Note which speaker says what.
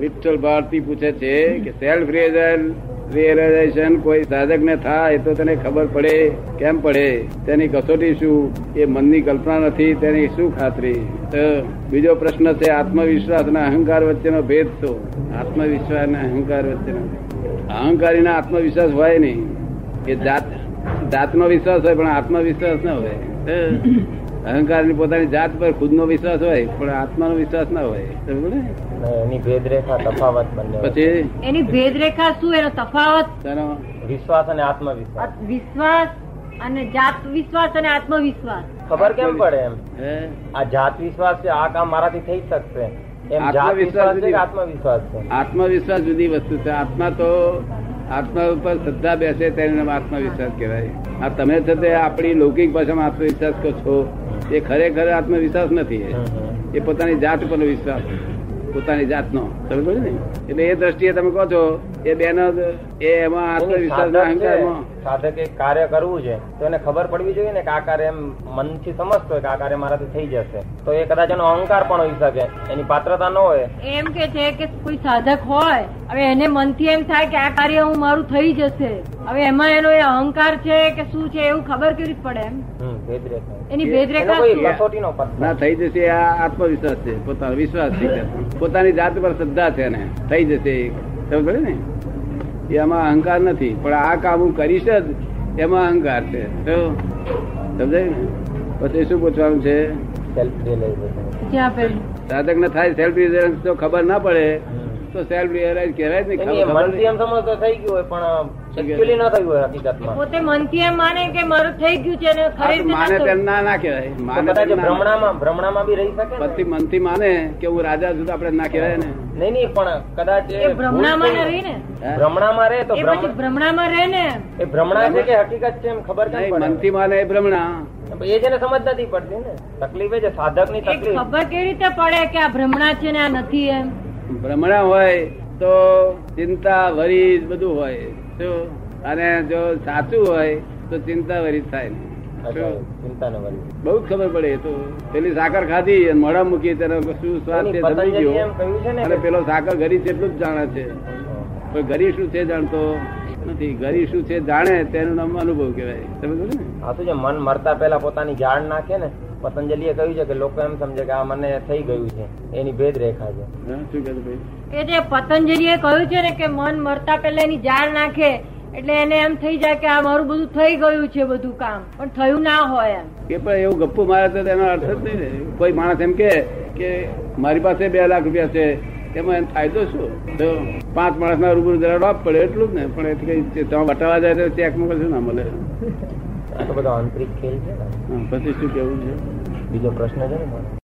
Speaker 1: વિઠ્ઠલ ભારતી પૂછે છે કે સેલ્ફ રિયલાઇઝેશન કોઈ સાધક ને થાય તો તેને ખબર પડે કેમ પડે તેની કસોટી શું એ મનની કલ્પના નથી તેની શું ખાતરી તો બીજો પ્રશ્ન છે આત્મવિશ્વાસ અને અહંકાર વચ્ચેનો ભેદ શું આત્મવિશ્વાસ અને અહંકાર વચ્ચેનો અહંકારીના આત્મવિશ્વાસ હોય નહીં કે જાત જાતનો વિશ્વાસ હોય પણ આત્મવિશ્વાસ ન હોય અહંકારની પોતાની જાત પર ખુદનો વિશ્વાસ હોય પણ આત્માનો વિશ્વાસ ના હોય સમજો ને?
Speaker 2: અને એની ભેદરેખા તફાવત બંને હોય.
Speaker 1: પછી
Speaker 3: એની ભેદરેખા શું એનો તફાવત
Speaker 1: તેનો
Speaker 2: વિશ્વાસ અને આત્મવિશ્વાસ
Speaker 3: અ- વિશ્વાસ અને જાત વિશ્વાસ અને આત્મવિશ્વાસ
Speaker 2: ખબર કેમ પડે એમ
Speaker 1: હે?
Speaker 2: આ જાત વિશ્વાસ છે આ કામ મારાથી થઈ જ શકશે એમ જાત
Speaker 1: આત્મવિશ્વાસ
Speaker 2: વિશ્વાસ છે
Speaker 1: જુદી.
Speaker 2: કે આત્મવિશ્વાસ છે
Speaker 1: આત્મવિશ્વાસ જુદી વસ્તુ છે આત્મા તો આત્મા ઉપર શ્રદ્ધા બેસે તેને નામ આત્મવિશ્વાસ કહેવાય આ તમે છતાં આપણી લૌકિક ભાષામાં આત્મવિશ્વાસ કહો છો એ ખરેખર આત્મવિશ્વાસ નથી
Speaker 2: હમ હમ.
Speaker 1: એ પોતાની જાત ઉપર વિશ્વાસ પોતાની જાતનો તમે બોલ્યું ને એટલે એ દ્રષ્ટિએ તમે કહો છો એ બેનો જ- એ એમાં
Speaker 2: એની
Speaker 1: આત્મવિશ્વાસ
Speaker 2: સાધક છે,
Speaker 1: અહંકારમાં
Speaker 2: સાધકે કાર્ય કરવું છે તો એને ખબર પડવી જોઈએ ને કે આ કાર્ય એમ મનથી સમજતો હોય કે આ કાર્ય મારાથી થઈ જશે તો એ કદાચ એનો અહંકાર પણ હોઈ શકે એની પાત્રતા ન હોય
Speaker 3: એમ કે છે કે કોઈ સાધક હોય હવે એને મનથી એમ થાય કે આ કાર્ય હું મારું થઈ જશે હવે એમાં એનો એ અહંકાર છે કે શું છે એવું ખબર કેવી રીતે પડે એમ
Speaker 2: હમ, ભેદરેખા.
Speaker 3: એની
Speaker 2: એનો
Speaker 3: ભેદરેખા
Speaker 2: કોઈ
Speaker 3: શું
Speaker 2: કસોટીનો પત્તા.
Speaker 1: ના થઈ જશે આ આત્મવિશ્વાસ છે પોતાનો વિશ્વાસ છે તેનો. પોતાની જાત પર શ્રદ્ધા છે એને થઈ જશે તમે બોલ્યું ને એ આમાં અહંકાર નથી પણ આ કામ હું કરીશ જ એમાં અહંકાર છે તો સમજાય ને પછી શું પૂછવાનું છે
Speaker 2: Self realization.
Speaker 3: જ્યાં પેલું
Speaker 1: સાધક ને થાય સેલ્ફ રિઝલ્ટ તો ખબર ના પડે
Speaker 2: હમ.
Speaker 1: તો સેલ્ફ રિયલાઇઝ કહેવાય જ નહીં
Speaker 2: એની
Speaker 1: ખબર- ખબર નહીં.
Speaker 2: મનથી એમ સમજતો થઈ ગયું હોય પણ actually ન થયું હોય હકીકતમાં
Speaker 3: પોતે મનથી એમ માને કે મારું થઈ ગયું છે અને
Speaker 1: આ
Speaker 3: ખરી
Speaker 1: તો
Speaker 3: રીતે
Speaker 1: માને
Speaker 3: ના
Speaker 1: તેમ
Speaker 3: થયું.
Speaker 1: ના ના કહેવાય
Speaker 2: તો
Speaker 1: માને
Speaker 2: કદાચ
Speaker 1: તેમ
Speaker 2: એ
Speaker 1: ના ના.
Speaker 2: ભ્રમણામાં ભ્રમણામાં બી રહી શકે ને.
Speaker 1: પછી મનથી માને કે હું રાજા છું તો આપણે ના કહેવાય ને
Speaker 2: નહીં નહીં પણ કદાચ એ
Speaker 3: એ ભ્રમણામાં
Speaker 2: ભૂલ થઈ.
Speaker 3: ને રહી ને
Speaker 1: હે?
Speaker 2: ભ્રમણામાં રહે તો
Speaker 3: એ
Speaker 2: ભ્રમ-
Speaker 3: પછી ભ્રમણામાં રહે ને
Speaker 2: એ ભ્રમણા છે કે હકીકત છે એમ ખબર કેમ
Speaker 1: નહીં,
Speaker 2: પડે
Speaker 1: મનથી માને એ ભ્રમણા
Speaker 2: એ છે ને સમજ નથી પડતી ને તકલીફ એ છે સાધક ની
Speaker 3: એ
Speaker 2: તકલીફ
Speaker 3: ખબર કેવી રીતે પડે કે આ ભ્રમણા છે ને આ નથી એમ
Speaker 1: ભ્રમણા હોય તો ચિંતા વરી બધું હોય શું? અને જો સાચું હોય તો ચિંતા વરી થાય નહીં.
Speaker 2: અચ્છા,
Speaker 1: શું?
Speaker 2: ચિંતા ન કરી
Speaker 1: બહુ જ ખબર પડે એ તો પેલી સાકર ખાધી અને મોઢા મૂકી તેનો શું સ્વાદ છે સમજી
Speaker 2: પતંજલિ એમ
Speaker 1: ગયો
Speaker 2: કહ્યું છે ને
Speaker 1: અને
Speaker 2: કે-
Speaker 1: પેલો સાકર ગરી છે એટલું જ જાણે છે પણ ગરી શું છે જાણતો નથી ગરી શું છે જાણે તેનું નામ અનુભવ કહેવાય સમજ પડી ને
Speaker 2: આ શું છે મન મરતા પહેલા પોતાની જાણ નાખે ને પતંજલિએ કહ્યું છે કે લોકો એમ સમજે કે આ મને થઈ ગયું છે એની ભેદ રેખા છે
Speaker 1: હા, શું કહેતો ભાઈ
Speaker 3: કે જે પતંજલિએ કહ્યું છે ને કે મન મરતા પહેલા એની જાળ નાખે એટલે એને એમ થઈ જાય કે આ મારું બધું થઈ ગયું છે બધું કામ પણ થયું ના હોય એમ
Speaker 1: એ પણ એવું ગપ્પુ મારે તો તેનો અર્થ જ નહીં ને કોઈ માણસ એમ કે કે મારી પાસે બે લાખ રૂપિયા છે એમાં એનો ફાયદો શું તો પાંચ માણસના રૂબરૂ જરા ડોપ પડે એટલું જ ને પણ એથી કઈ જે તમે વટાવા જાય તો ચેક માં કશું ના મળે
Speaker 2: આ તો બધો આંતરિક ખેલ છે ને
Speaker 1: હા, પછી શું કેવું છે
Speaker 2: બીજો પ્રશ્ન છે ને મારો?